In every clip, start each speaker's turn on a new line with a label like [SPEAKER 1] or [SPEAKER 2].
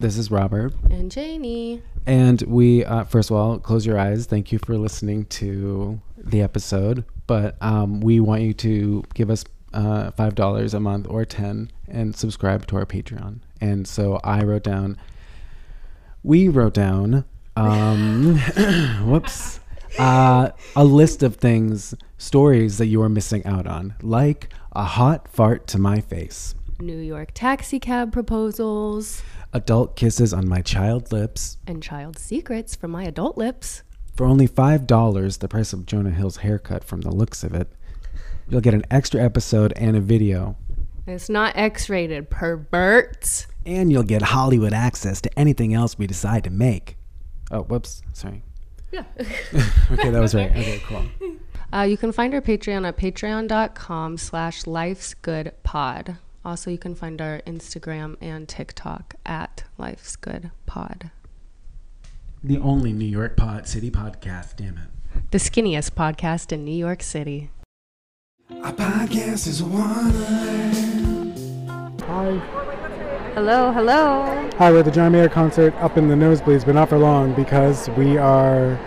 [SPEAKER 1] This is Robert.
[SPEAKER 2] And Janie.
[SPEAKER 1] And we, uh, first of all, close your eyes. Thank you for listening to the episode. But um, we want you to give us uh, $5 a month or 10 and subscribe to our Patreon. And so I wrote down, we wrote down, um, whoops, uh, a list of things, stories that you are missing out on, like a hot fart to my face,
[SPEAKER 2] New York taxi cab proposals
[SPEAKER 1] adult kisses on my child lips,
[SPEAKER 2] and child secrets from my adult lips.
[SPEAKER 1] For only $5, the price of Jonah Hill's haircut from the looks of it, you'll get an extra episode and a video.
[SPEAKER 2] It's not X rated, perverts.
[SPEAKER 1] And you'll get Hollywood access to anything else we decide to make. Oh, whoops. Sorry.
[SPEAKER 2] Yeah.
[SPEAKER 1] Okay, that was right. Okay, cool.
[SPEAKER 2] Uh, you can find our Patreon at patreon.com slash life's good pod. Also, you can find our Instagram and TikTok at life's good pod.
[SPEAKER 1] The only New York pod city podcast, damn it.
[SPEAKER 2] The skinniest podcast in New York City.
[SPEAKER 3] Our podcast is a wonderland.
[SPEAKER 1] Hi.
[SPEAKER 4] Hello, hello.
[SPEAKER 1] Hi, we're at the John Mayer concert up in the nosebleeds, but not for long because we are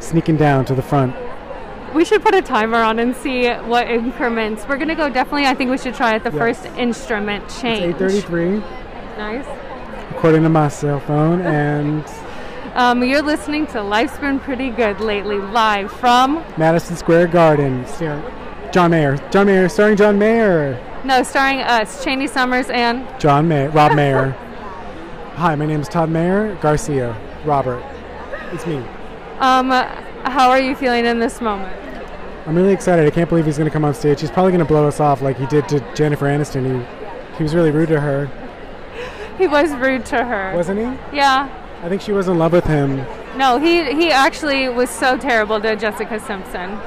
[SPEAKER 1] sneaking down to the front.
[SPEAKER 4] We should put a timer on and see what increments. We're gonna go definitely. I think we should try at the first instrument
[SPEAKER 1] It's
[SPEAKER 4] change.
[SPEAKER 1] 8.33,
[SPEAKER 4] Nice.
[SPEAKER 1] according to my cell phone, and
[SPEAKER 4] Um, you're listening to Life's Been Pretty Good Lately, live from
[SPEAKER 1] Madison Square Garden. Star- John Mayer. John Mayer, starring John Mayer.
[SPEAKER 4] no, starring us, Cheney Summers and
[SPEAKER 1] John Mayer, Rob Mayer. Hi, my name is Todd Mayer Garcia. Robert, it's me.
[SPEAKER 4] um. How are you feeling in this moment?
[SPEAKER 1] I'm really excited. I can't believe he's going to come on stage. He's probably going to blow us off like he did to Jennifer Aniston. He, he was really rude to her,
[SPEAKER 4] He was rude to her.
[SPEAKER 1] wasn't he?
[SPEAKER 4] yeah.
[SPEAKER 1] I think she was in love with him.
[SPEAKER 4] No, he he actually was so terrible to Jessica Simpson.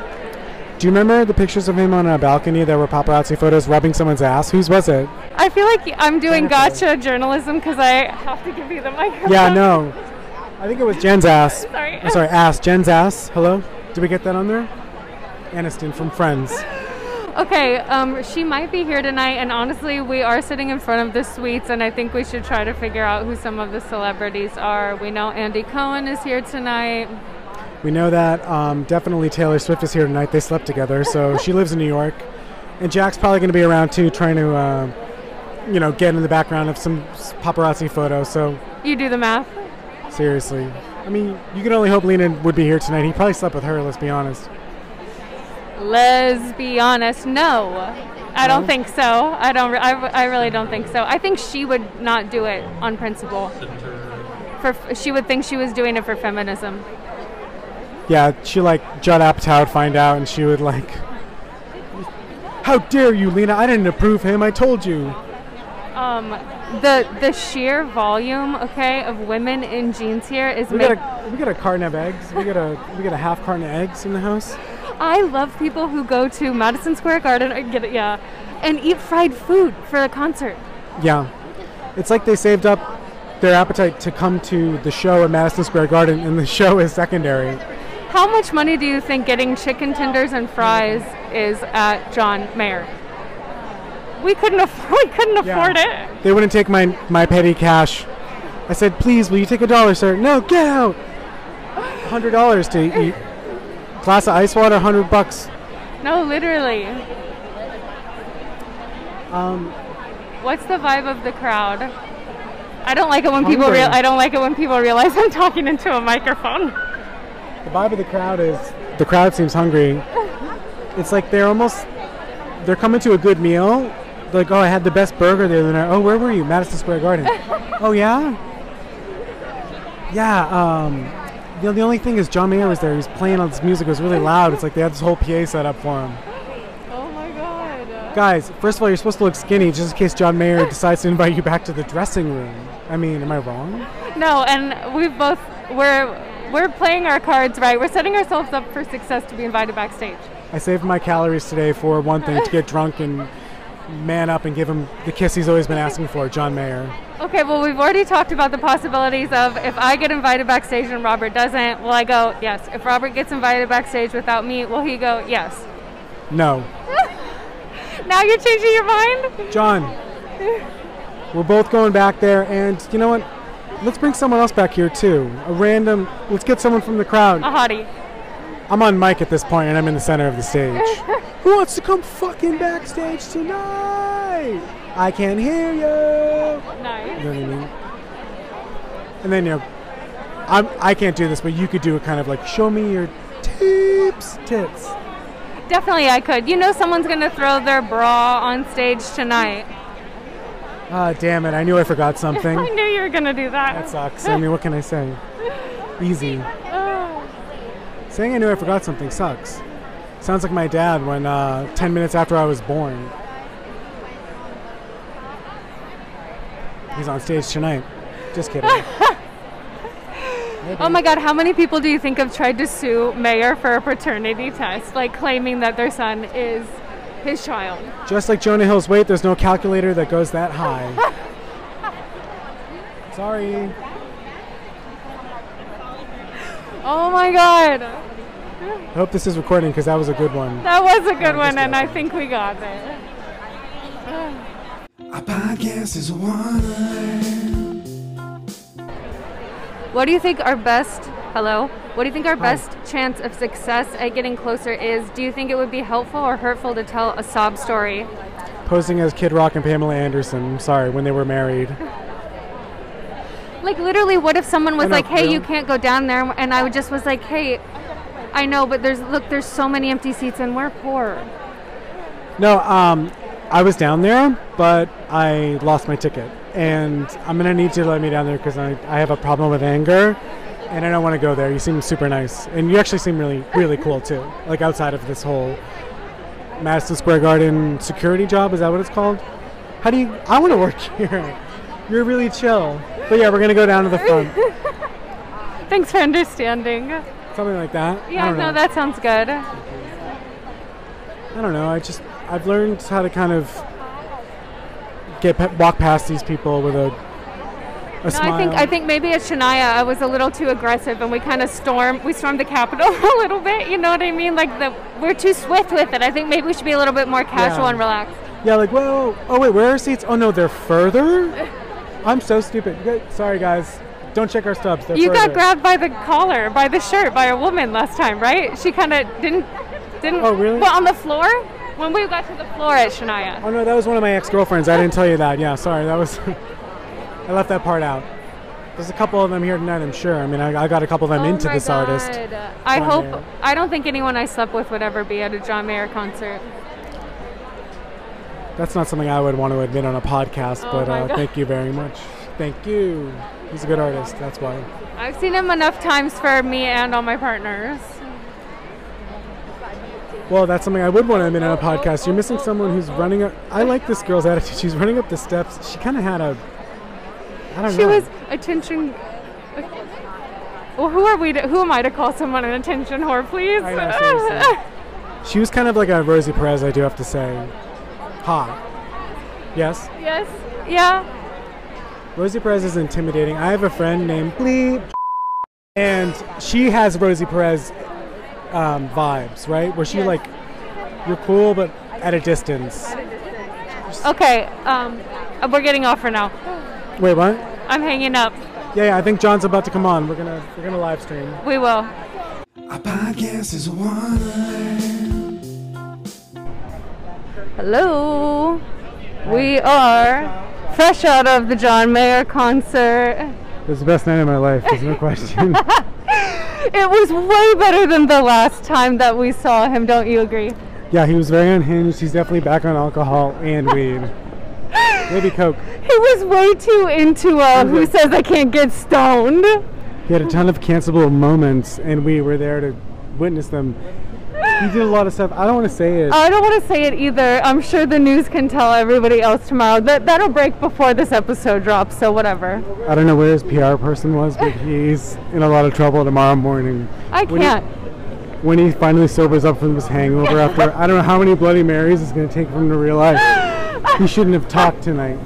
[SPEAKER 1] Do you remember the pictures of him on a balcony that were paparazzi photos rubbing someone's ass? Whose was it?
[SPEAKER 4] I feel like I'm doing gotcha journalism because I have to give you the microphone.
[SPEAKER 1] Yeah, no. I think it was Jen's ass.
[SPEAKER 4] Sorry.
[SPEAKER 1] I'm sorry, ass. Jen's ass. Hello? Did we get that on there? Aniston from Friends.
[SPEAKER 4] Okay, um, she might be here tonight, and honestly, we are sitting in front of the suites, and I think we should try to figure out who some of the celebrities are. We know Andy Cohen is here tonight.
[SPEAKER 1] We know that um, definitely Taylor Swift is here tonight. They slept together, so she lives in New York, and Jack's probably going to be around too, trying to, uh, you know, get in the background of some s- paparazzi photo. So
[SPEAKER 4] You do the math.
[SPEAKER 1] seriously, I mean, you can only hope Lena would be here tonight. He probably slept with her. Let's be honest.
[SPEAKER 4] Let's be honest. No, I don't think so. I don't. re- I, I really don't think so. I think she would not do it on principle. For she would think she was doing it for feminism.
[SPEAKER 1] Yeah, she like Judd Apatow would find out, and she would like, "How dare you, Lena? I didn't approve him. I told you."
[SPEAKER 4] Um, the the sheer volume, okay, of women in jeans here is
[SPEAKER 1] We
[SPEAKER 4] make-
[SPEAKER 1] got a we got a carton of eggs. We got a we got a half carton of eggs in the house.
[SPEAKER 4] I love people who go to Madison Square Garden and get it, yeah, and eat fried food for a concert.
[SPEAKER 1] Yeah. It's like they saved up their appetite to come to the show at Madison Square Garden, and the show is secondary.
[SPEAKER 4] How much money do you think getting chicken tenders and fries is at John Mayer? We couldn't afford. We couldn't
[SPEAKER 1] Yeah.
[SPEAKER 4] afford it.
[SPEAKER 1] They wouldn't take my, my petty cash. I said, please, will you take a dollar, sir? No, get out! $100 to eat. Glass of ice water, 100 bucks.
[SPEAKER 4] No, literally.
[SPEAKER 1] Um,
[SPEAKER 4] What's the vibe of the crowd? I don't like it when people
[SPEAKER 1] Hungry.
[SPEAKER 4] real. I don't like it when people realize I'm talking into a microphone.
[SPEAKER 1] the vibe of the crowd is the crowd seems hungry. It's like they're almost they're coming to a good meal. They're like, oh, I had the best burger the other night. Oh, where were you? Madison Square Garden. oh yeah, yeah. Um, the, the only thing is John Mayer was there. He was playing all this music. It was really loud. It's like they had this whole PA set up for him.
[SPEAKER 4] Oh my god.
[SPEAKER 1] Guys, first of all, you're supposed to look skinny just in case John Mayer decides to invite you back to the dressing room. I mean, am I wrong?
[SPEAKER 4] No, and we've both we're we're playing our cards right. We're setting ourselves up for success to be invited backstage.
[SPEAKER 1] I saved my calories today for one thing to get drunk and man up and give him the kiss he's always been asking for, John Mayer.
[SPEAKER 4] Okay, well we've already talked about the possibilities of if I get invited backstage and Robert doesn't, will I go yes? If Robert gets invited backstage without me, will he go yes?
[SPEAKER 1] No.
[SPEAKER 4] Now you're changing your mind?
[SPEAKER 1] John, We're both going back there, and you know what? Let's bring someone else back here too. A random. Let's get someone from the crowd.
[SPEAKER 4] A hottie.
[SPEAKER 1] I'm on mic at this point, and I'm in the center of the stage. Who wants to come fucking backstage tonight? I can hear you.
[SPEAKER 4] Nice.
[SPEAKER 1] You know what I mean? And then you know, I'm I can't do this, but you could do a kind of like show me your tips, tits.
[SPEAKER 4] Definitely, I could. You know, someone's gonna throw their bra on stage tonight.
[SPEAKER 1] Ah, damn it! I knew I forgot something.
[SPEAKER 4] I knew you were gonna do that.
[SPEAKER 1] that sucks. I mean, what can I say? Easy.
[SPEAKER 4] Oh.
[SPEAKER 1] Saying I knew I forgot something sucks. Sounds like my dad when uh, 10 minutes after I was born. He's on stage tonight. Just kidding.
[SPEAKER 4] Oh my God! How many people do you think have tried to sue mayor for a paternity test, like claiming that their son is his child?
[SPEAKER 1] Just like Jonah Hill's weight, there's no calculator that goes that high. Sorry.
[SPEAKER 4] Oh my God!
[SPEAKER 1] I hope this is recording because that was a good one.
[SPEAKER 4] That was a good one, and I think we got it.
[SPEAKER 5] A podcast is wonderland.
[SPEAKER 4] What do you think our best hello? What do you think our best chance of success at getting closer is? Do you think it would be helpful or hurtful to tell a sob story?
[SPEAKER 1] Posing as Kid Rock and Pamela Anderson. I'm sorry, when they were married.
[SPEAKER 4] Like literally, what if someone was
[SPEAKER 1] know,
[SPEAKER 4] like, "Hey,
[SPEAKER 1] yeah.
[SPEAKER 4] you can't go down there," and I would just was like, "Hey, I know, but there's look, there's so many empty seats, and we're poor."
[SPEAKER 1] No, um, I was down there, but I lost my ticket, and I'm gonna need you to let me down there because I, I have a problem with anger, and I don't want to go there. You seem super nice, and you actually seem really really cool too. Like outside of this whole Madison Square Garden security job, is that what it's called? How do you? I want to work here. You're really chill, but yeah, we're gonna go down to the front,
[SPEAKER 4] Thanks for understanding.
[SPEAKER 1] something like that. I
[SPEAKER 4] Yeah,
[SPEAKER 1] don't know.
[SPEAKER 4] no, that sounds good.
[SPEAKER 1] I don't know. I just I've learned how to kind of get pa- walk past these people with a a
[SPEAKER 4] No,
[SPEAKER 1] smile.
[SPEAKER 4] I think I think maybe at Shania I was a little too aggressive and we kind of stormed we stormed the Capitol a little bit. You know what I mean? Like the we're too swift with it. I think maybe we should be a little bit more casual
[SPEAKER 1] Yeah.
[SPEAKER 4] and relaxed.
[SPEAKER 1] yeah, like whoa, oh wait, where are seats? Oh no, they're further. I'm so stupid. Good- Sorry guys, don't check our stubs. They're
[SPEAKER 4] You got
[SPEAKER 1] further.
[SPEAKER 4] grabbed by the collar, by the shirt, by a woman last time, right? She kind of didn't didn't.
[SPEAKER 1] Oh, really?
[SPEAKER 4] Well, on the floor when we got to the floor at Shania.
[SPEAKER 1] Oh no, that was one of my ex-girlfriends. I didn't tell you that. Yeah, sorry, that was. I left that part out. There's a couple of them here tonight. I'm sure. I mean, I, I got a couple of them into
[SPEAKER 4] Oh my
[SPEAKER 1] this
[SPEAKER 4] God.
[SPEAKER 1] artist.
[SPEAKER 4] I
[SPEAKER 1] John
[SPEAKER 4] hope
[SPEAKER 1] Mayer.
[SPEAKER 4] I don't think anyone I slept with would ever be at a John Mayer concert.
[SPEAKER 1] That's not something I would want to admit on a podcast,
[SPEAKER 4] Oh
[SPEAKER 1] but
[SPEAKER 4] my
[SPEAKER 1] uh,
[SPEAKER 4] God.
[SPEAKER 1] thank you very much. Thank you. He's a good artist. That's why.
[SPEAKER 4] I've seen him enough times for me and all my partners.
[SPEAKER 1] Well, that's something I would want to admit on a podcast. You're missing someone who's running up. I like this girl's attitude. She's running up the steps. She kind of had a. I don't
[SPEAKER 4] She
[SPEAKER 1] know.
[SPEAKER 4] was attention. Well, who are we? To, who am I to call someone an attention whore, please?
[SPEAKER 1] I know, seriously. She was kind of like a Rosie Perez, I do have to say. Hot. Yes.
[SPEAKER 4] yes. Yeah.
[SPEAKER 1] Rosie Perez is intimidating. I have a friend named Bleep, and she has Rosie Perez um, vibes, right? Where she like, you're cool, but at a distance.
[SPEAKER 4] Okay. Um, uh, we're getting off for now.
[SPEAKER 1] Wait, what?
[SPEAKER 4] I'm hanging up.
[SPEAKER 1] Yeah, yeah. I think John's about to come on. We're gonna we're gonna live stream.
[SPEAKER 4] We will.
[SPEAKER 5] A podcast is wonderland.
[SPEAKER 4] Hello. We are fresh out of the John Mayer concert.
[SPEAKER 1] It's the best night of my life. There's no question.
[SPEAKER 4] It was way better than the last time that we saw him. Don't you agree?
[SPEAKER 1] yeah, he was very unhinged. He's definitely back on alcohol and weed. Maybe coke.
[SPEAKER 4] He was way too into uh, who says I can't get stoned.
[SPEAKER 1] He had a ton of cancelable moments, and we were there to witness them. He did a lot of stuff. I don't want to say it.
[SPEAKER 4] I don't want to say it either. I'm sure the news can tell everybody else tomorrow. That that'll break before this episode drops, so whatever.
[SPEAKER 1] I don't know where his PR person was, but he's in a lot of trouble tomorrow morning.
[SPEAKER 4] I
[SPEAKER 1] When he-
[SPEAKER 4] can't.
[SPEAKER 1] When he finally sobers up from his hangover after I don't know how many Bloody Marys it's going to take for him to realize he shouldn't have talked tonight.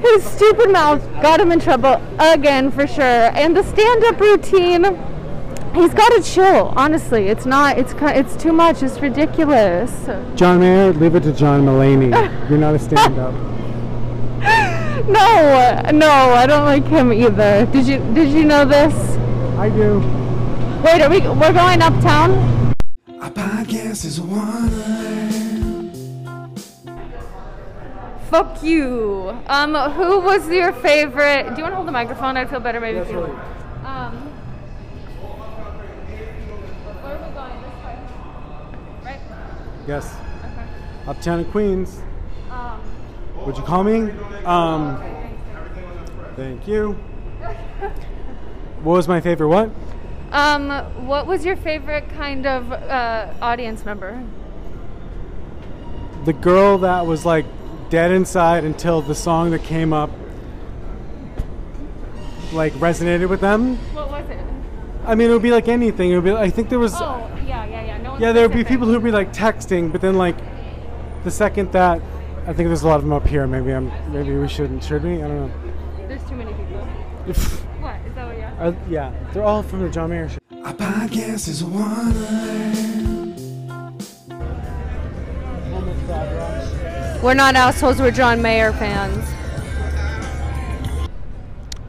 [SPEAKER 4] His stupid mouth got him in trouble again for sure. And the stand-up routine, he's got to chill. Honestly, it's not. It's ki- it's too much. It's ridiculous.
[SPEAKER 1] John Mayer, leave it to John Mulaney. You're not a stand up.
[SPEAKER 4] No, no, I don't like him either. Did you did you know this?
[SPEAKER 1] I do.
[SPEAKER 4] Wait, are we we're going uptown?
[SPEAKER 5] A podcast is Wonderland.
[SPEAKER 4] Fuck you. Um, who was your favorite? Do you want to hold the microphone? I'd feel better maybe. if you. Um, where are we going? This way, right?
[SPEAKER 1] Yes.
[SPEAKER 4] Okay.
[SPEAKER 1] Uptown in Queens.
[SPEAKER 4] Um,
[SPEAKER 1] Would you call me? Um, thank you. What was my favorite? What?
[SPEAKER 4] um, what was your favorite kind of uh, audience member?
[SPEAKER 1] The girl that was like dead inside until the song that came up like resonated with them.
[SPEAKER 4] What was it?
[SPEAKER 1] I mean, it would be like anything. It would be. I think there was.
[SPEAKER 4] Oh, yeah, yeah, yeah. No one
[SPEAKER 1] Yeah, there would be
[SPEAKER 4] specific.
[SPEAKER 1] people who would be like texting, but then like the second that, I think there's a lot of them up here. Maybe I'm. Maybe we shouldn't. Should we? I don't
[SPEAKER 4] There's too many people.
[SPEAKER 1] know.
[SPEAKER 4] What? Is that what you're
[SPEAKER 1] Are, yeah, they're all from the John Mayer show.
[SPEAKER 5] A podcast is Wonderland.
[SPEAKER 4] We're not assholes, we're John Mayer fans.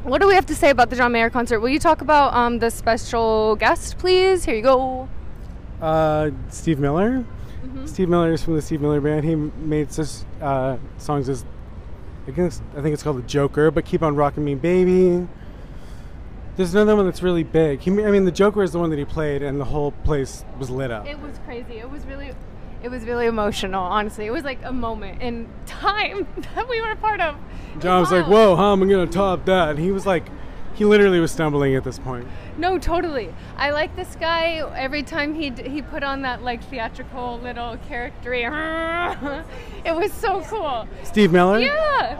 [SPEAKER 4] What do we have to say about the John Mayer concert? Will you talk about um, the special guest, please? Here you go.
[SPEAKER 1] Uh, Steve Miller.
[SPEAKER 4] Mm-hmm.
[SPEAKER 1] Steve Miller is from the Steve Miller Band. He m- made such uh, songs as I guess I think it's called the Joker, but Keep on Rocking Me, Baby. There's another one that's really big. He, ma- I mean, the Joker is the one that he played, and the whole place was lit up.
[SPEAKER 4] It was crazy. It was really it was really emotional, honestly. It was like a moment in time that we were a part of.
[SPEAKER 1] John was like,
[SPEAKER 4] Wow.
[SPEAKER 1] "Whoa, how am I gonna top that?" And he was like, he literally was stumbling at this point.
[SPEAKER 4] No, totally. I like this guy. Every time he d- he put on that like theatrical little character, it was so cool.
[SPEAKER 1] Steve Miller.
[SPEAKER 4] Yeah,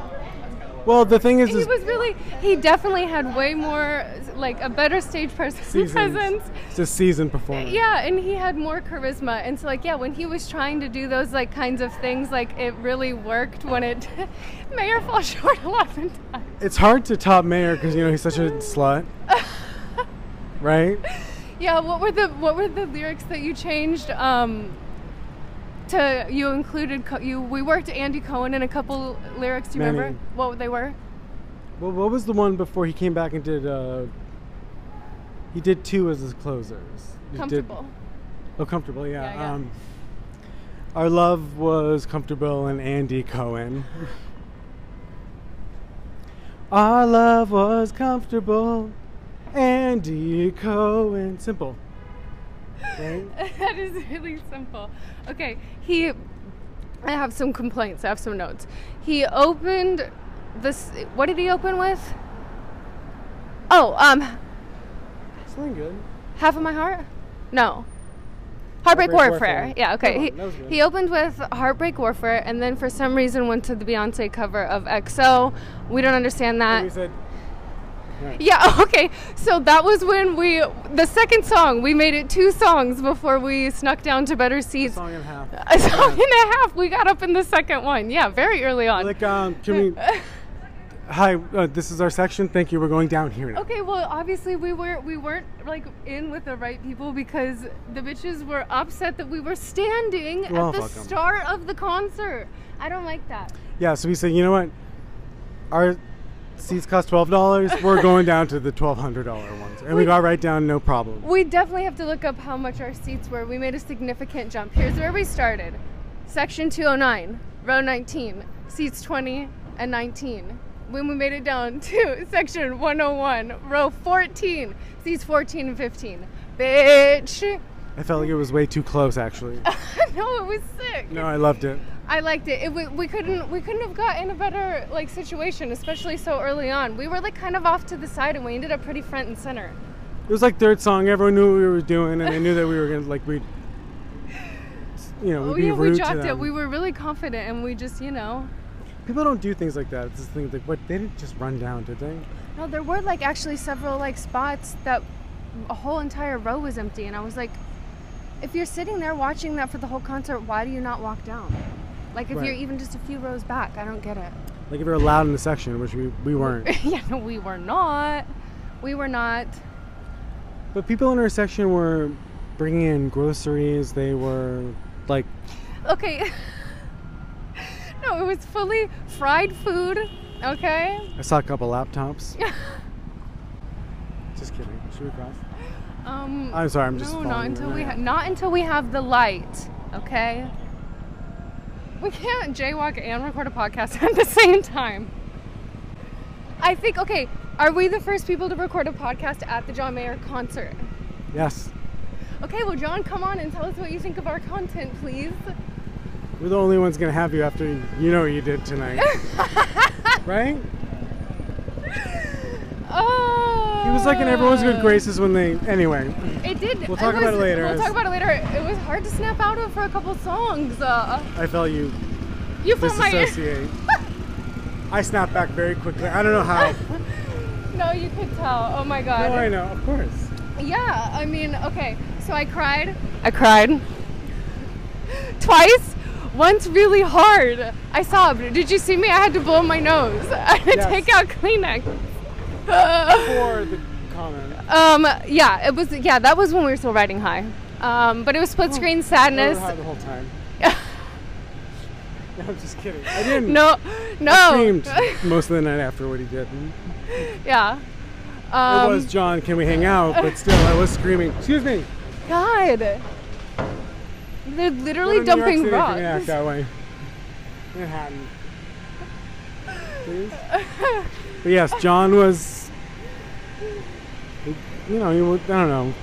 [SPEAKER 1] Well, the thing is,
[SPEAKER 4] he
[SPEAKER 1] is
[SPEAKER 4] was really. He definitely had way more like a better stage person
[SPEAKER 1] seasons.
[SPEAKER 4] presence.
[SPEAKER 1] It's a seasoned performance.
[SPEAKER 4] Yeah, and he had more charisma. And so like yeah, when he was trying to do those like kinds of things, like it really worked. When it Mayor falls short a lot of times.
[SPEAKER 1] It's hard to top Mayer because you know he's such a slut, right?
[SPEAKER 4] Yeah, what were the what were the lyrics that you changed? Um, to you included co- you we worked Andy Cohen in a couple lyrics. Do you
[SPEAKER 1] Many.
[SPEAKER 4] remember what they were?
[SPEAKER 1] Well, what was the one before he came back and did? Uh, he did two as his closers. He did-
[SPEAKER 4] Comfortable.
[SPEAKER 1] oh, comfortable. Yeah.
[SPEAKER 4] Yeah, yeah.
[SPEAKER 1] Um, our love was comfortable and Andy Cohen. Our love was comfortable, Andy Cohen. Simple. Right?
[SPEAKER 4] that is really simple. Okay, he. I have some complaints. I have some notes. He opened this. What did he open with? Oh, um,
[SPEAKER 1] Something good.
[SPEAKER 4] half of my heart. No.
[SPEAKER 1] Heartbreak
[SPEAKER 4] Heartbreak, Warfare.
[SPEAKER 1] Warfare.
[SPEAKER 4] Yeah,
[SPEAKER 1] That
[SPEAKER 4] okay.
[SPEAKER 1] one, that was
[SPEAKER 4] he,
[SPEAKER 1] good.
[SPEAKER 4] he opened with Heartbreak Warfare and then for some reason went to the Beyonce cover of XO. We don't understand that.
[SPEAKER 1] And we said,
[SPEAKER 4] Yeah, okay. So that was when we, the second song, we made it two songs before we snuck down to better seats.
[SPEAKER 1] song and a half.
[SPEAKER 4] A song and a half. We got up in the second one. Yeah, very early on.
[SPEAKER 1] Like, um, can we? Hi, uh, this is our section. Thank you. We're going down here now.
[SPEAKER 4] Okay, well, obviously we were we weren't like in with the right people because the bitches were upset that we were standing
[SPEAKER 1] Well,
[SPEAKER 4] at the
[SPEAKER 1] fuck 'em.
[SPEAKER 4] start of the concert. I don't like that.
[SPEAKER 1] Yeah, so we said, you know what? Our seats cost twelve dollars. We're going down to the twelve hundred dollar ones, and we, got right down, no problem.
[SPEAKER 4] We definitely have to look up how much our seats were. We made a significant jump. Here's where we started. Section 209, row 19, seats 20 and 19. When we made it down to section 101, row 14, seats 14 and 15. Bitch.
[SPEAKER 1] I felt like it was way too close, actually.
[SPEAKER 4] no, it was sick.
[SPEAKER 1] No, I loved it.
[SPEAKER 4] I liked it. it we, we couldn't we couldn't have gotten a better like situation, especially so early on. We were like kind of off to the side, and we ended up pretty front and center.
[SPEAKER 1] It was like third song. Everyone knew what we were doing, and they knew that we were gonna like we, you know, we'd
[SPEAKER 4] oh
[SPEAKER 1] be
[SPEAKER 4] yeah,
[SPEAKER 1] rude
[SPEAKER 4] we
[SPEAKER 1] to
[SPEAKER 4] dropped
[SPEAKER 1] them.
[SPEAKER 4] it. We were really confident, and we just you know.
[SPEAKER 1] People don't do things like that. It's this thing like what they didn't just run down, did they?
[SPEAKER 4] No, there were like actually several like spots that a whole entire row was empty, and I was like, if you're sitting there watching that for the whole concert, why do you not walk down? Like if
[SPEAKER 1] Right.
[SPEAKER 4] you're even just a few rows back, I don't get it.
[SPEAKER 1] Like if you're allowed in the section, which we, we weren't.
[SPEAKER 4] yeah, no, we were not. We were not.
[SPEAKER 1] But people in our section were bringing in groceries. They were like,
[SPEAKER 4] Okay. no, it was fully fried food, Okay.
[SPEAKER 1] I saw a couple laptops. Just kidding. Should we cross?
[SPEAKER 4] Um,
[SPEAKER 1] I'm sorry, I'm just
[SPEAKER 4] No,
[SPEAKER 1] following
[SPEAKER 4] not
[SPEAKER 1] you
[SPEAKER 4] until
[SPEAKER 1] right
[SPEAKER 4] we
[SPEAKER 1] now.
[SPEAKER 4] ha- not until we have the light. Okay. We can't jaywalk and record a podcast at the same time. I think okay. Are we the first people to record a podcast at the John Mayer concert?
[SPEAKER 1] Yes.
[SPEAKER 4] Okay, well, John, come on and tell us what you think of our content, please.
[SPEAKER 1] We're the only ones gonna have you after you know what you did tonight. right?
[SPEAKER 4] Oh.
[SPEAKER 1] He was like in everyone's good graces when they anyway.
[SPEAKER 4] It did.
[SPEAKER 1] We'll talk
[SPEAKER 4] it was-
[SPEAKER 1] about it later.
[SPEAKER 4] We'll talk about it later. It was hard to snap out of for a couple songs. Uh,
[SPEAKER 1] I felt you
[SPEAKER 4] you felt my
[SPEAKER 1] disassociate. I snapped back very quickly. I don't know how.
[SPEAKER 4] No, you could tell. Oh my
[SPEAKER 1] No,
[SPEAKER 4] god.
[SPEAKER 1] I know, of course.
[SPEAKER 4] Yeah, I mean, okay. So I cried. I cried. Twice. Once really hard. I sobbed. Did you see me? I had to blow my nose. I had to
[SPEAKER 1] Yes.
[SPEAKER 4] take out Kleenex.
[SPEAKER 1] For the comment.
[SPEAKER 4] um, yeah, it was. Yeah, that was when we were still riding high. Um, but it was split screen
[SPEAKER 1] I
[SPEAKER 4] sadness.
[SPEAKER 1] was high the whole time. No, I'm just kidding. I didn't.
[SPEAKER 4] no,
[SPEAKER 1] I
[SPEAKER 4] no.
[SPEAKER 1] screamed most of the night after what he did. It
[SPEAKER 4] yeah. Um,
[SPEAKER 1] was John. Can we hang out? But still, I was screaming. Excuse me.
[SPEAKER 4] God. They're literally
[SPEAKER 1] Go to New York
[SPEAKER 4] dumping
[SPEAKER 1] City if you're
[SPEAKER 4] rocks.
[SPEAKER 1] gonna act that way. Manhattan. Please. but yes, John was. You know, he, wa- I don't know.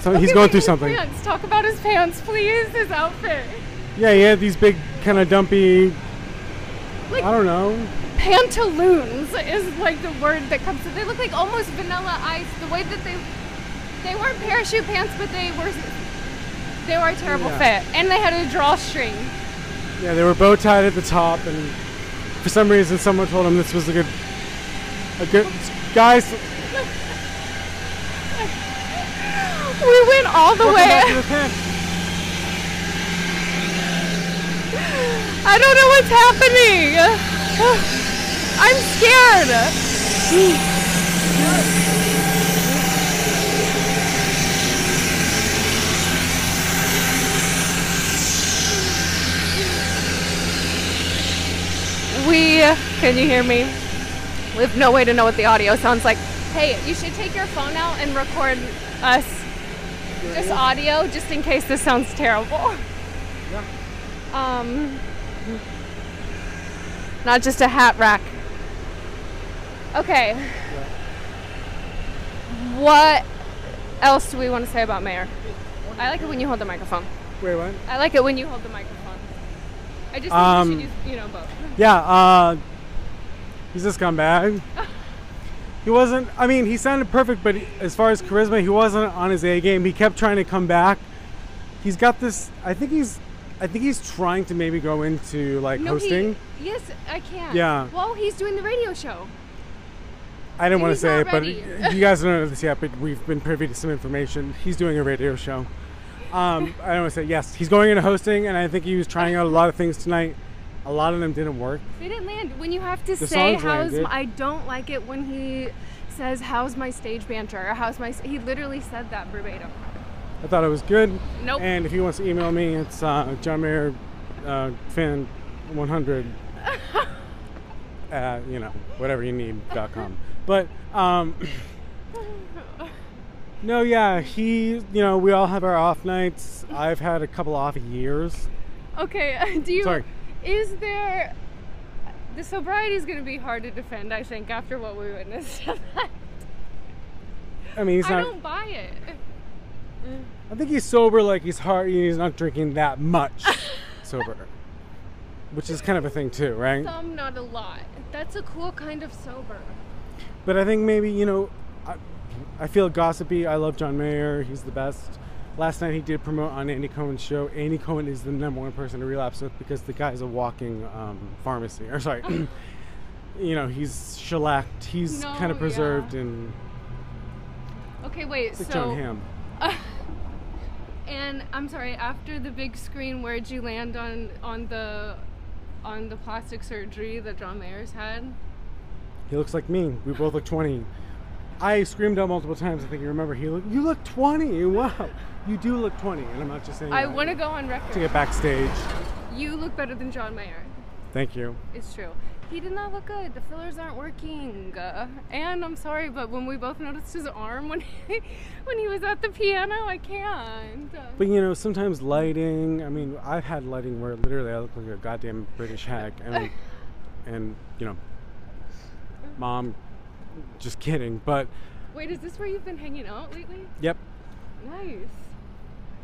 [SPEAKER 1] So he's
[SPEAKER 4] Okay,
[SPEAKER 1] going
[SPEAKER 4] wait,
[SPEAKER 1] through
[SPEAKER 4] his
[SPEAKER 1] something.
[SPEAKER 4] Pants. Talk about his pants, please. His outfit.
[SPEAKER 1] Yeah, he had these big, kind of dumpy.
[SPEAKER 4] Like-
[SPEAKER 1] I don't know.
[SPEAKER 4] Pantaloons is like the word that comes to. They look like almost vanilla ice. The way that they they weren't parachute pants, but they were they were a terrible
[SPEAKER 1] Yeah.
[SPEAKER 4] fit, and they had a drawstring.
[SPEAKER 1] Yeah, they were bow tied at the top, and for some reason, someone told him this was a good, a good guys.
[SPEAKER 4] We went all the
[SPEAKER 1] welcome back to
[SPEAKER 4] way.
[SPEAKER 1] the tent.
[SPEAKER 4] I don't know what's happening. I'm scared. We can you hear me? We have no way to know what the audio sounds like. Hey, you should take your phone out and record us just audio, just in case this sounds terrible. Um, not just a hat rack. Okay. What else do we want to say about Mayor? I like it when you hold the microphone.
[SPEAKER 1] Wait, what?
[SPEAKER 4] I like it when you hold the microphone. I just think
[SPEAKER 1] Um,
[SPEAKER 4] you should use, you know, both.
[SPEAKER 1] Yeah, uh, he's a scumbag. he wasn't, I mean, he sounded perfect, but he- as far as charisma, he wasn't on his A game. He kept trying to come back. He's got this, I think he's, I think he's trying to maybe go into like hosting.
[SPEAKER 4] He, yes, I can.
[SPEAKER 1] Yeah.
[SPEAKER 4] Well, he's doing the radio show.
[SPEAKER 1] I didn't want to
[SPEAKER 4] he's
[SPEAKER 1] say
[SPEAKER 4] not
[SPEAKER 1] it, but
[SPEAKER 4] ready.
[SPEAKER 1] you guys don't know this yet, but we've been privy to some information. He's doing a radio show. Um, I don't want to say, yes, he's going into hosting, and I think he was trying out a lot of things tonight. A lot of them didn't work.
[SPEAKER 4] They didn't land. When you have to
[SPEAKER 1] The
[SPEAKER 4] say
[SPEAKER 1] songs
[SPEAKER 4] how's
[SPEAKER 1] landed.
[SPEAKER 4] my, I don't like it when he says how's my stage banter or how's my s-" he literally said that verbatim.
[SPEAKER 1] I thought it was good.
[SPEAKER 4] Nope.
[SPEAKER 1] And if he wants to email me, it's uh, John Mayer uh, fan 100 uh, you know, whatever you need, dot com. But, um, no, yeah, he, you know, we all have our off nights. I've had a couple off years.
[SPEAKER 4] Okay, do you?
[SPEAKER 1] Sorry.
[SPEAKER 4] Is there? The sobriety is going to be hard to defend, I think, after what we witnessed.
[SPEAKER 1] I mean, he's
[SPEAKER 4] I
[SPEAKER 1] not,
[SPEAKER 4] don't buy it.
[SPEAKER 1] I think he's sober, like he's hard, he's not drinking that much sober, which is kind of a thing, too, right?
[SPEAKER 4] Some, not a lot. That's a cool kind of sober.
[SPEAKER 1] But I think maybe you know, I, I feel gossipy. I love John Mayer. He's the best. Last night he did promote on Andy Cohen's show. Andy Cohen is the number one person to relapse with because the guy's a walking um, pharmacy. Or sorry, you know he's shellacked. He's
[SPEAKER 4] Oh. No,
[SPEAKER 1] kind of preserved and
[SPEAKER 4] Okay, wait.
[SPEAKER 1] like
[SPEAKER 4] so,
[SPEAKER 1] John Hamm.
[SPEAKER 4] and I'm sorry. After the big screen, where'd you land on on the on the plastic surgery that John Mayer's had?
[SPEAKER 1] He looks like me. We both look 20. I screamed out multiple times. I think you remember. He look. You look 20. Wow. You do look 20, and I'm not just saying.
[SPEAKER 4] I
[SPEAKER 1] that
[SPEAKER 4] want to go on
[SPEAKER 1] to
[SPEAKER 4] record.
[SPEAKER 1] get backstage.
[SPEAKER 4] You look better than John Mayer.
[SPEAKER 1] Thank you.
[SPEAKER 4] It's true. He did not look good. The fillers aren't working. Uh, and I'm sorry, but when we both noticed his arm when he, when he was at the piano, I can't. Uh,
[SPEAKER 1] But you know, sometimes lighting. I mean, I've had lighting where literally I look like a goddamn British hack, and and you know, mom, just kidding. But
[SPEAKER 4] Wait, is this where you've been hanging out lately?
[SPEAKER 1] yep,
[SPEAKER 4] Nice.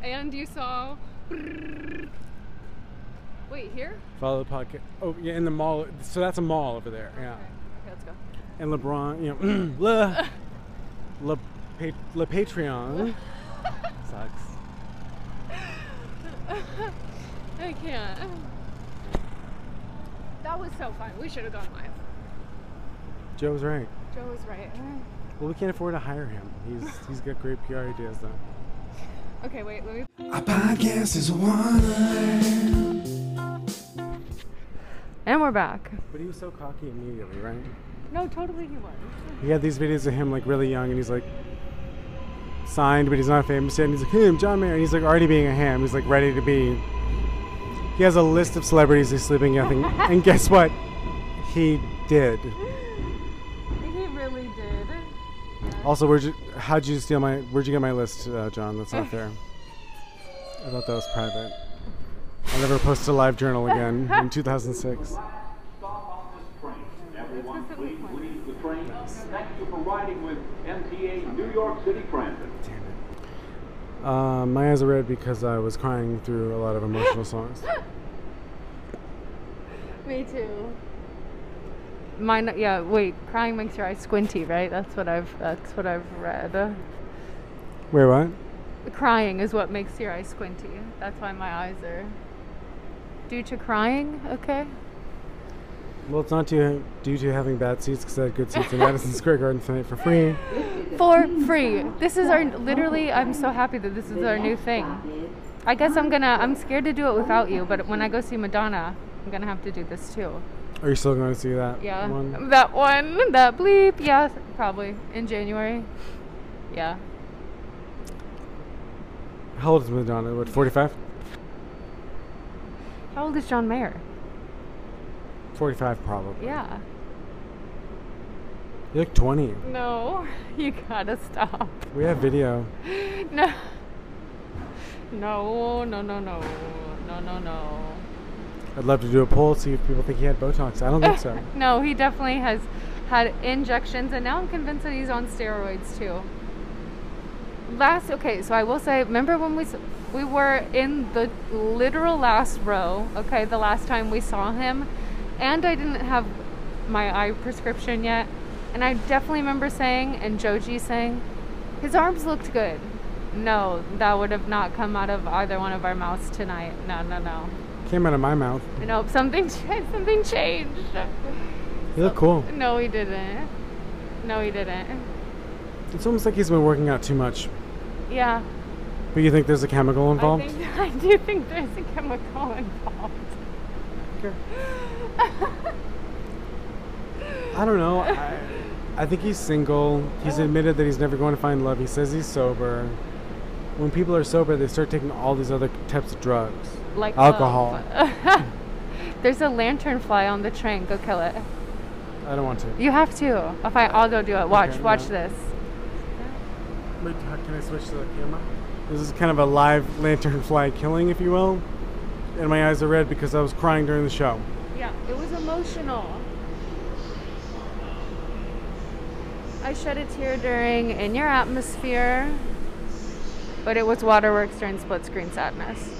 [SPEAKER 4] And you saw. Wait, here?
[SPEAKER 1] follow the podcast. Oh yeah, in the mall. So that's a mall over there. Yeah,
[SPEAKER 4] Okay, let's go.
[SPEAKER 1] and LeBron. You know, le, le, pa- le Patreon sucks.
[SPEAKER 4] I can't. That was so fun. We should have gone live.
[SPEAKER 1] Joe's right.
[SPEAKER 4] Joe was right.
[SPEAKER 1] Well, we can't afford to hire him. He's he's got great PR ideas though.
[SPEAKER 4] Okay, wait, let me.
[SPEAKER 5] Our podcast is Wonderland.
[SPEAKER 4] And we're back.
[SPEAKER 1] But he was so cocky immediately, right?
[SPEAKER 4] No, totally he was.
[SPEAKER 1] He had these videos of him like really young, and he's like signed, but he's not famous yet. And he's like, "Hey, I'm John Mayer," and he's like already being a ham. He's like ready to be. He has a list of celebrities he's sleeping with, and, and guess what? He did.
[SPEAKER 4] He really did.
[SPEAKER 1] Also, where'd you? How'd you steal my? Where'd you get my list, uh, John? That's not fair. I thought that was private. I'll never post a live journal again in 2006.
[SPEAKER 6] Stop on this train. Everyone, please leave the train. Thank you for riding with MTA New York City Transit.
[SPEAKER 1] Uh, my eyes are red because I was crying through a lot of emotional songs.
[SPEAKER 4] Me too. Mine, yeah. Wait, crying makes your eyes squinty, right? That's what I've. That's what I've read.
[SPEAKER 1] Wait, what?
[SPEAKER 4] Crying is what makes your eyes squinty. That's why my eyes are. Due to crying, okay.
[SPEAKER 1] Well, it's not due, due to having bad seats because I had good seats in Madison Square Garden tonight for free.
[SPEAKER 4] For free. This is our literally. I'm so happy that this is our new thing. I guess I'm gonna. I'm scared to do it without you, but when I go see Madonna, I'm gonna have to do this too.
[SPEAKER 1] Are you still going to see that
[SPEAKER 4] Yeah. Um,
[SPEAKER 1] one?
[SPEAKER 4] That one, that bleep. Yeah, probably in January. Yeah.
[SPEAKER 1] How old is Madonna? What, 45?
[SPEAKER 4] How old is John Mayer?
[SPEAKER 1] 45 probably.
[SPEAKER 4] Yeah.
[SPEAKER 1] You look 20.
[SPEAKER 4] No, you gotta stop.
[SPEAKER 1] We have video.
[SPEAKER 4] No. No, no, no, no. No, no, no.
[SPEAKER 1] I'd love to do a poll, see if people think he had Botox. I don't think so.
[SPEAKER 4] No, he definitely has had injections, and now I'm convinced that he's on steroids too. Last, okay, so I will say, remember when we s- we were in the literal last row? Okay, the last time we saw him, and I didn't have my eye prescription yet, and I definitely remember saying, and Joji saying, his arms looked good. No, that would have not come out of either one of our mouths tonight. No, no, no.
[SPEAKER 1] Came out of my mouth.
[SPEAKER 4] Nope, something something changed.
[SPEAKER 1] You look cool.
[SPEAKER 4] No, he didn't. No, he didn't.
[SPEAKER 1] It's almost like he's been working out too much.
[SPEAKER 4] Yeah.
[SPEAKER 1] But you think there's a chemical involved?
[SPEAKER 4] I think I do think there's a chemical involved.
[SPEAKER 1] I don't know. I, I think he's single. He's admitted that he's never going to find love. He says he's sober. When people are sober, they start taking all these other types of drugs.
[SPEAKER 4] Like
[SPEAKER 1] Alcohol.
[SPEAKER 4] love. there's a lantern fly on the train. Go kill it.
[SPEAKER 1] I don't want to.
[SPEAKER 4] You have to. If I, I'll go do it. Watch.
[SPEAKER 1] Okay,
[SPEAKER 4] watch
[SPEAKER 1] yeah.
[SPEAKER 4] this.
[SPEAKER 1] Wait, how can I switch to the camera? This is kind of a live lantern fly killing, if you will. And my eyes are red because I was crying during the show.
[SPEAKER 4] Yeah. It was emotional. I shed a tear during In Your Atmosphere, but it was Waterworks during Split Screen Sadness.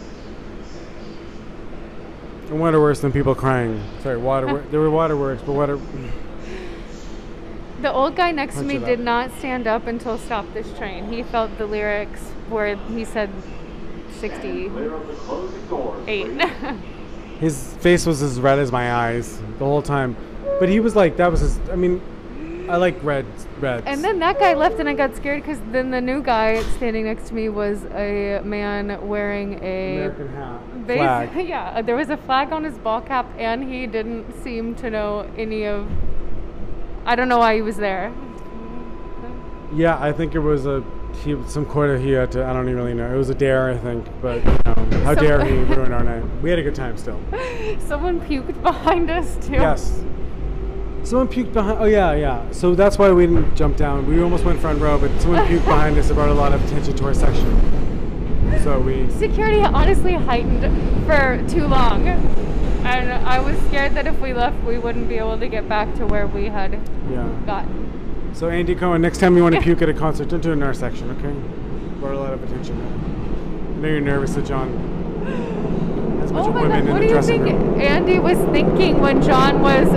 [SPEAKER 1] And water worse than people crying. Sorry, water. there were waterworks, but water.
[SPEAKER 4] The old guy next to
[SPEAKER 1] Punch
[SPEAKER 4] me
[SPEAKER 1] it
[SPEAKER 4] did
[SPEAKER 1] up.
[SPEAKER 4] not stand up until Stop This Train. He felt the lyrics where he said 68.
[SPEAKER 6] Clear of the closing doors.
[SPEAKER 1] His face was as red as my eyes the whole time. But he was like, that was his. I mean, I like red, reds.
[SPEAKER 4] and then that guy left, and I got scared because then the new guy standing next to me was a man wearing a.
[SPEAKER 1] American hat.
[SPEAKER 4] base-
[SPEAKER 1] Flag.
[SPEAKER 4] yeah, there was a flag on his ball cap, and he didn't seem to know any of. I don't know why he was there.
[SPEAKER 1] Yeah, I think it was a he, some quota he had to. I don't even really know. It was a dare, I think. But you know, how
[SPEAKER 4] So-
[SPEAKER 1] dare he ruin our night? We had a good time still.
[SPEAKER 4] Someone puked behind us, too.
[SPEAKER 1] Yes, Someone puked behind. Oh yeah, yeah. So that's why we didn't jump down. We almost went front row, but someone puked behind us. It brought a lot of attention to our section. So we.
[SPEAKER 4] Security honestly heightened for too long. And I was scared that if we left, we wouldn't be able to get back to where we had
[SPEAKER 1] Yeah.
[SPEAKER 4] gotten.
[SPEAKER 1] So Andy Cohen, next time you want to puke at a concert, don't do it in our section, okay? Brought a lot of attention. I know you're nervous that John has a bunch
[SPEAKER 4] Oh
[SPEAKER 1] of
[SPEAKER 4] my
[SPEAKER 1] women
[SPEAKER 4] god,
[SPEAKER 1] in
[SPEAKER 4] what
[SPEAKER 1] the
[SPEAKER 4] do you
[SPEAKER 1] dressing
[SPEAKER 4] think
[SPEAKER 1] room.
[SPEAKER 4] Andy was thinking when John was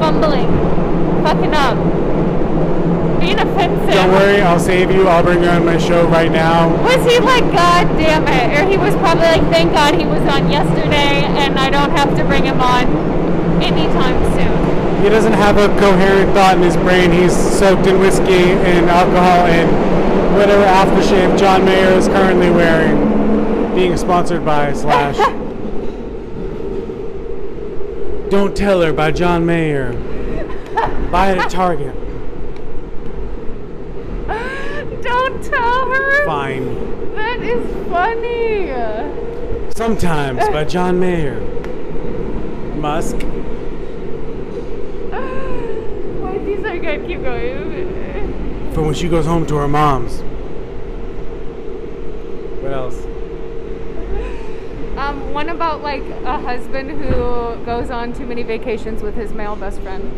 [SPEAKER 4] fumbling, fucking up, being offensive?
[SPEAKER 1] Don't worry, I'll save you. I'll bring you on my show right now.
[SPEAKER 4] Was he like, God damn it? Or he was probably like, thank God he was on yesterday and I don't have to bring him on anytime soon.
[SPEAKER 1] He doesn't have a coherent thought in his brain. He's soaked in whiskey and alcohol and whatever aftershave John Mayer is currently wearing, being sponsored by Slash. Don't Tell Her by John Mayer. Buy it at Target.
[SPEAKER 4] Don't tell her.
[SPEAKER 1] Fine.
[SPEAKER 4] That is funny.
[SPEAKER 1] Sometimes by John Mayer. Musk.
[SPEAKER 4] Wait, these are good. Keep going.
[SPEAKER 1] For when she goes home to her mom's. What else?
[SPEAKER 4] Um, one about like a husband who goes on too many vacations with his male best friend.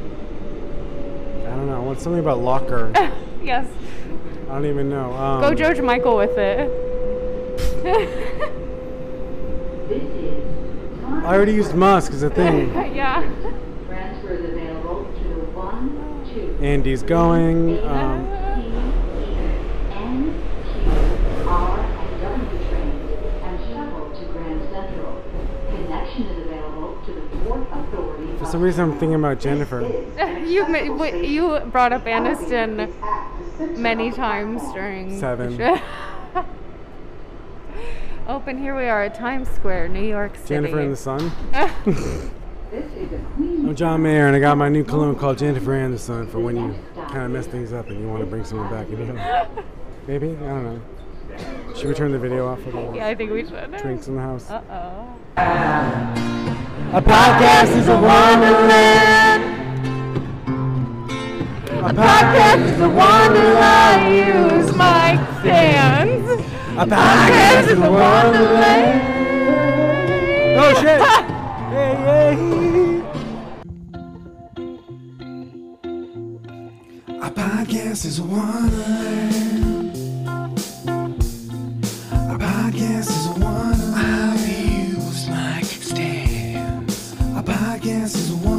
[SPEAKER 1] I don't know. I want something about locker. I
[SPEAKER 4] Yes.
[SPEAKER 1] don't even know. Um,
[SPEAKER 4] Go George Michael with it.
[SPEAKER 1] I already used Musk as a thing.
[SPEAKER 4] yeah.
[SPEAKER 7] Transfer is available to one, two,
[SPEAKER 1] Andy's going. Um,
[SPEAKER 7] T, E, N, Q, R, and W trains and shuttle to Grand Central. Connection is available to the Port Authority.
[SPEAKER 1] for some reason, I'm thinking about Jennifer.
[SPEAKER 4] You ma- w- you brought up Aniston many times during
[SPEAKER 1] Seven.
[SPEAKER 4] Open. Here we are at Times Square, New York City.
[SPEAKER 1] Jennifer and the Sun. I'm John Mayer, and I got my new cologne called Jennifer and the Sun for when you kind of mess things up and you want to bring someone back in here. Maybe? I don't know. Should we turn the video off for the
[SPEAKER 4] Yeah, I think we should.
[SPEAKER 1] drinks in the house?
[SPEAKER 4] Uh oh.
[SPEAKER 1] A podcast is a wonderland. A podcast.
[SPEAKER 4] That's the one that I use my hands.
[SPEAKER 1] A podcast is a wonderland. Oh shit! hey, hey.
[SPEAKER 5] A podcast is wonderland. A podcast is wonderland. I've used my stands. A podcast is wonderland.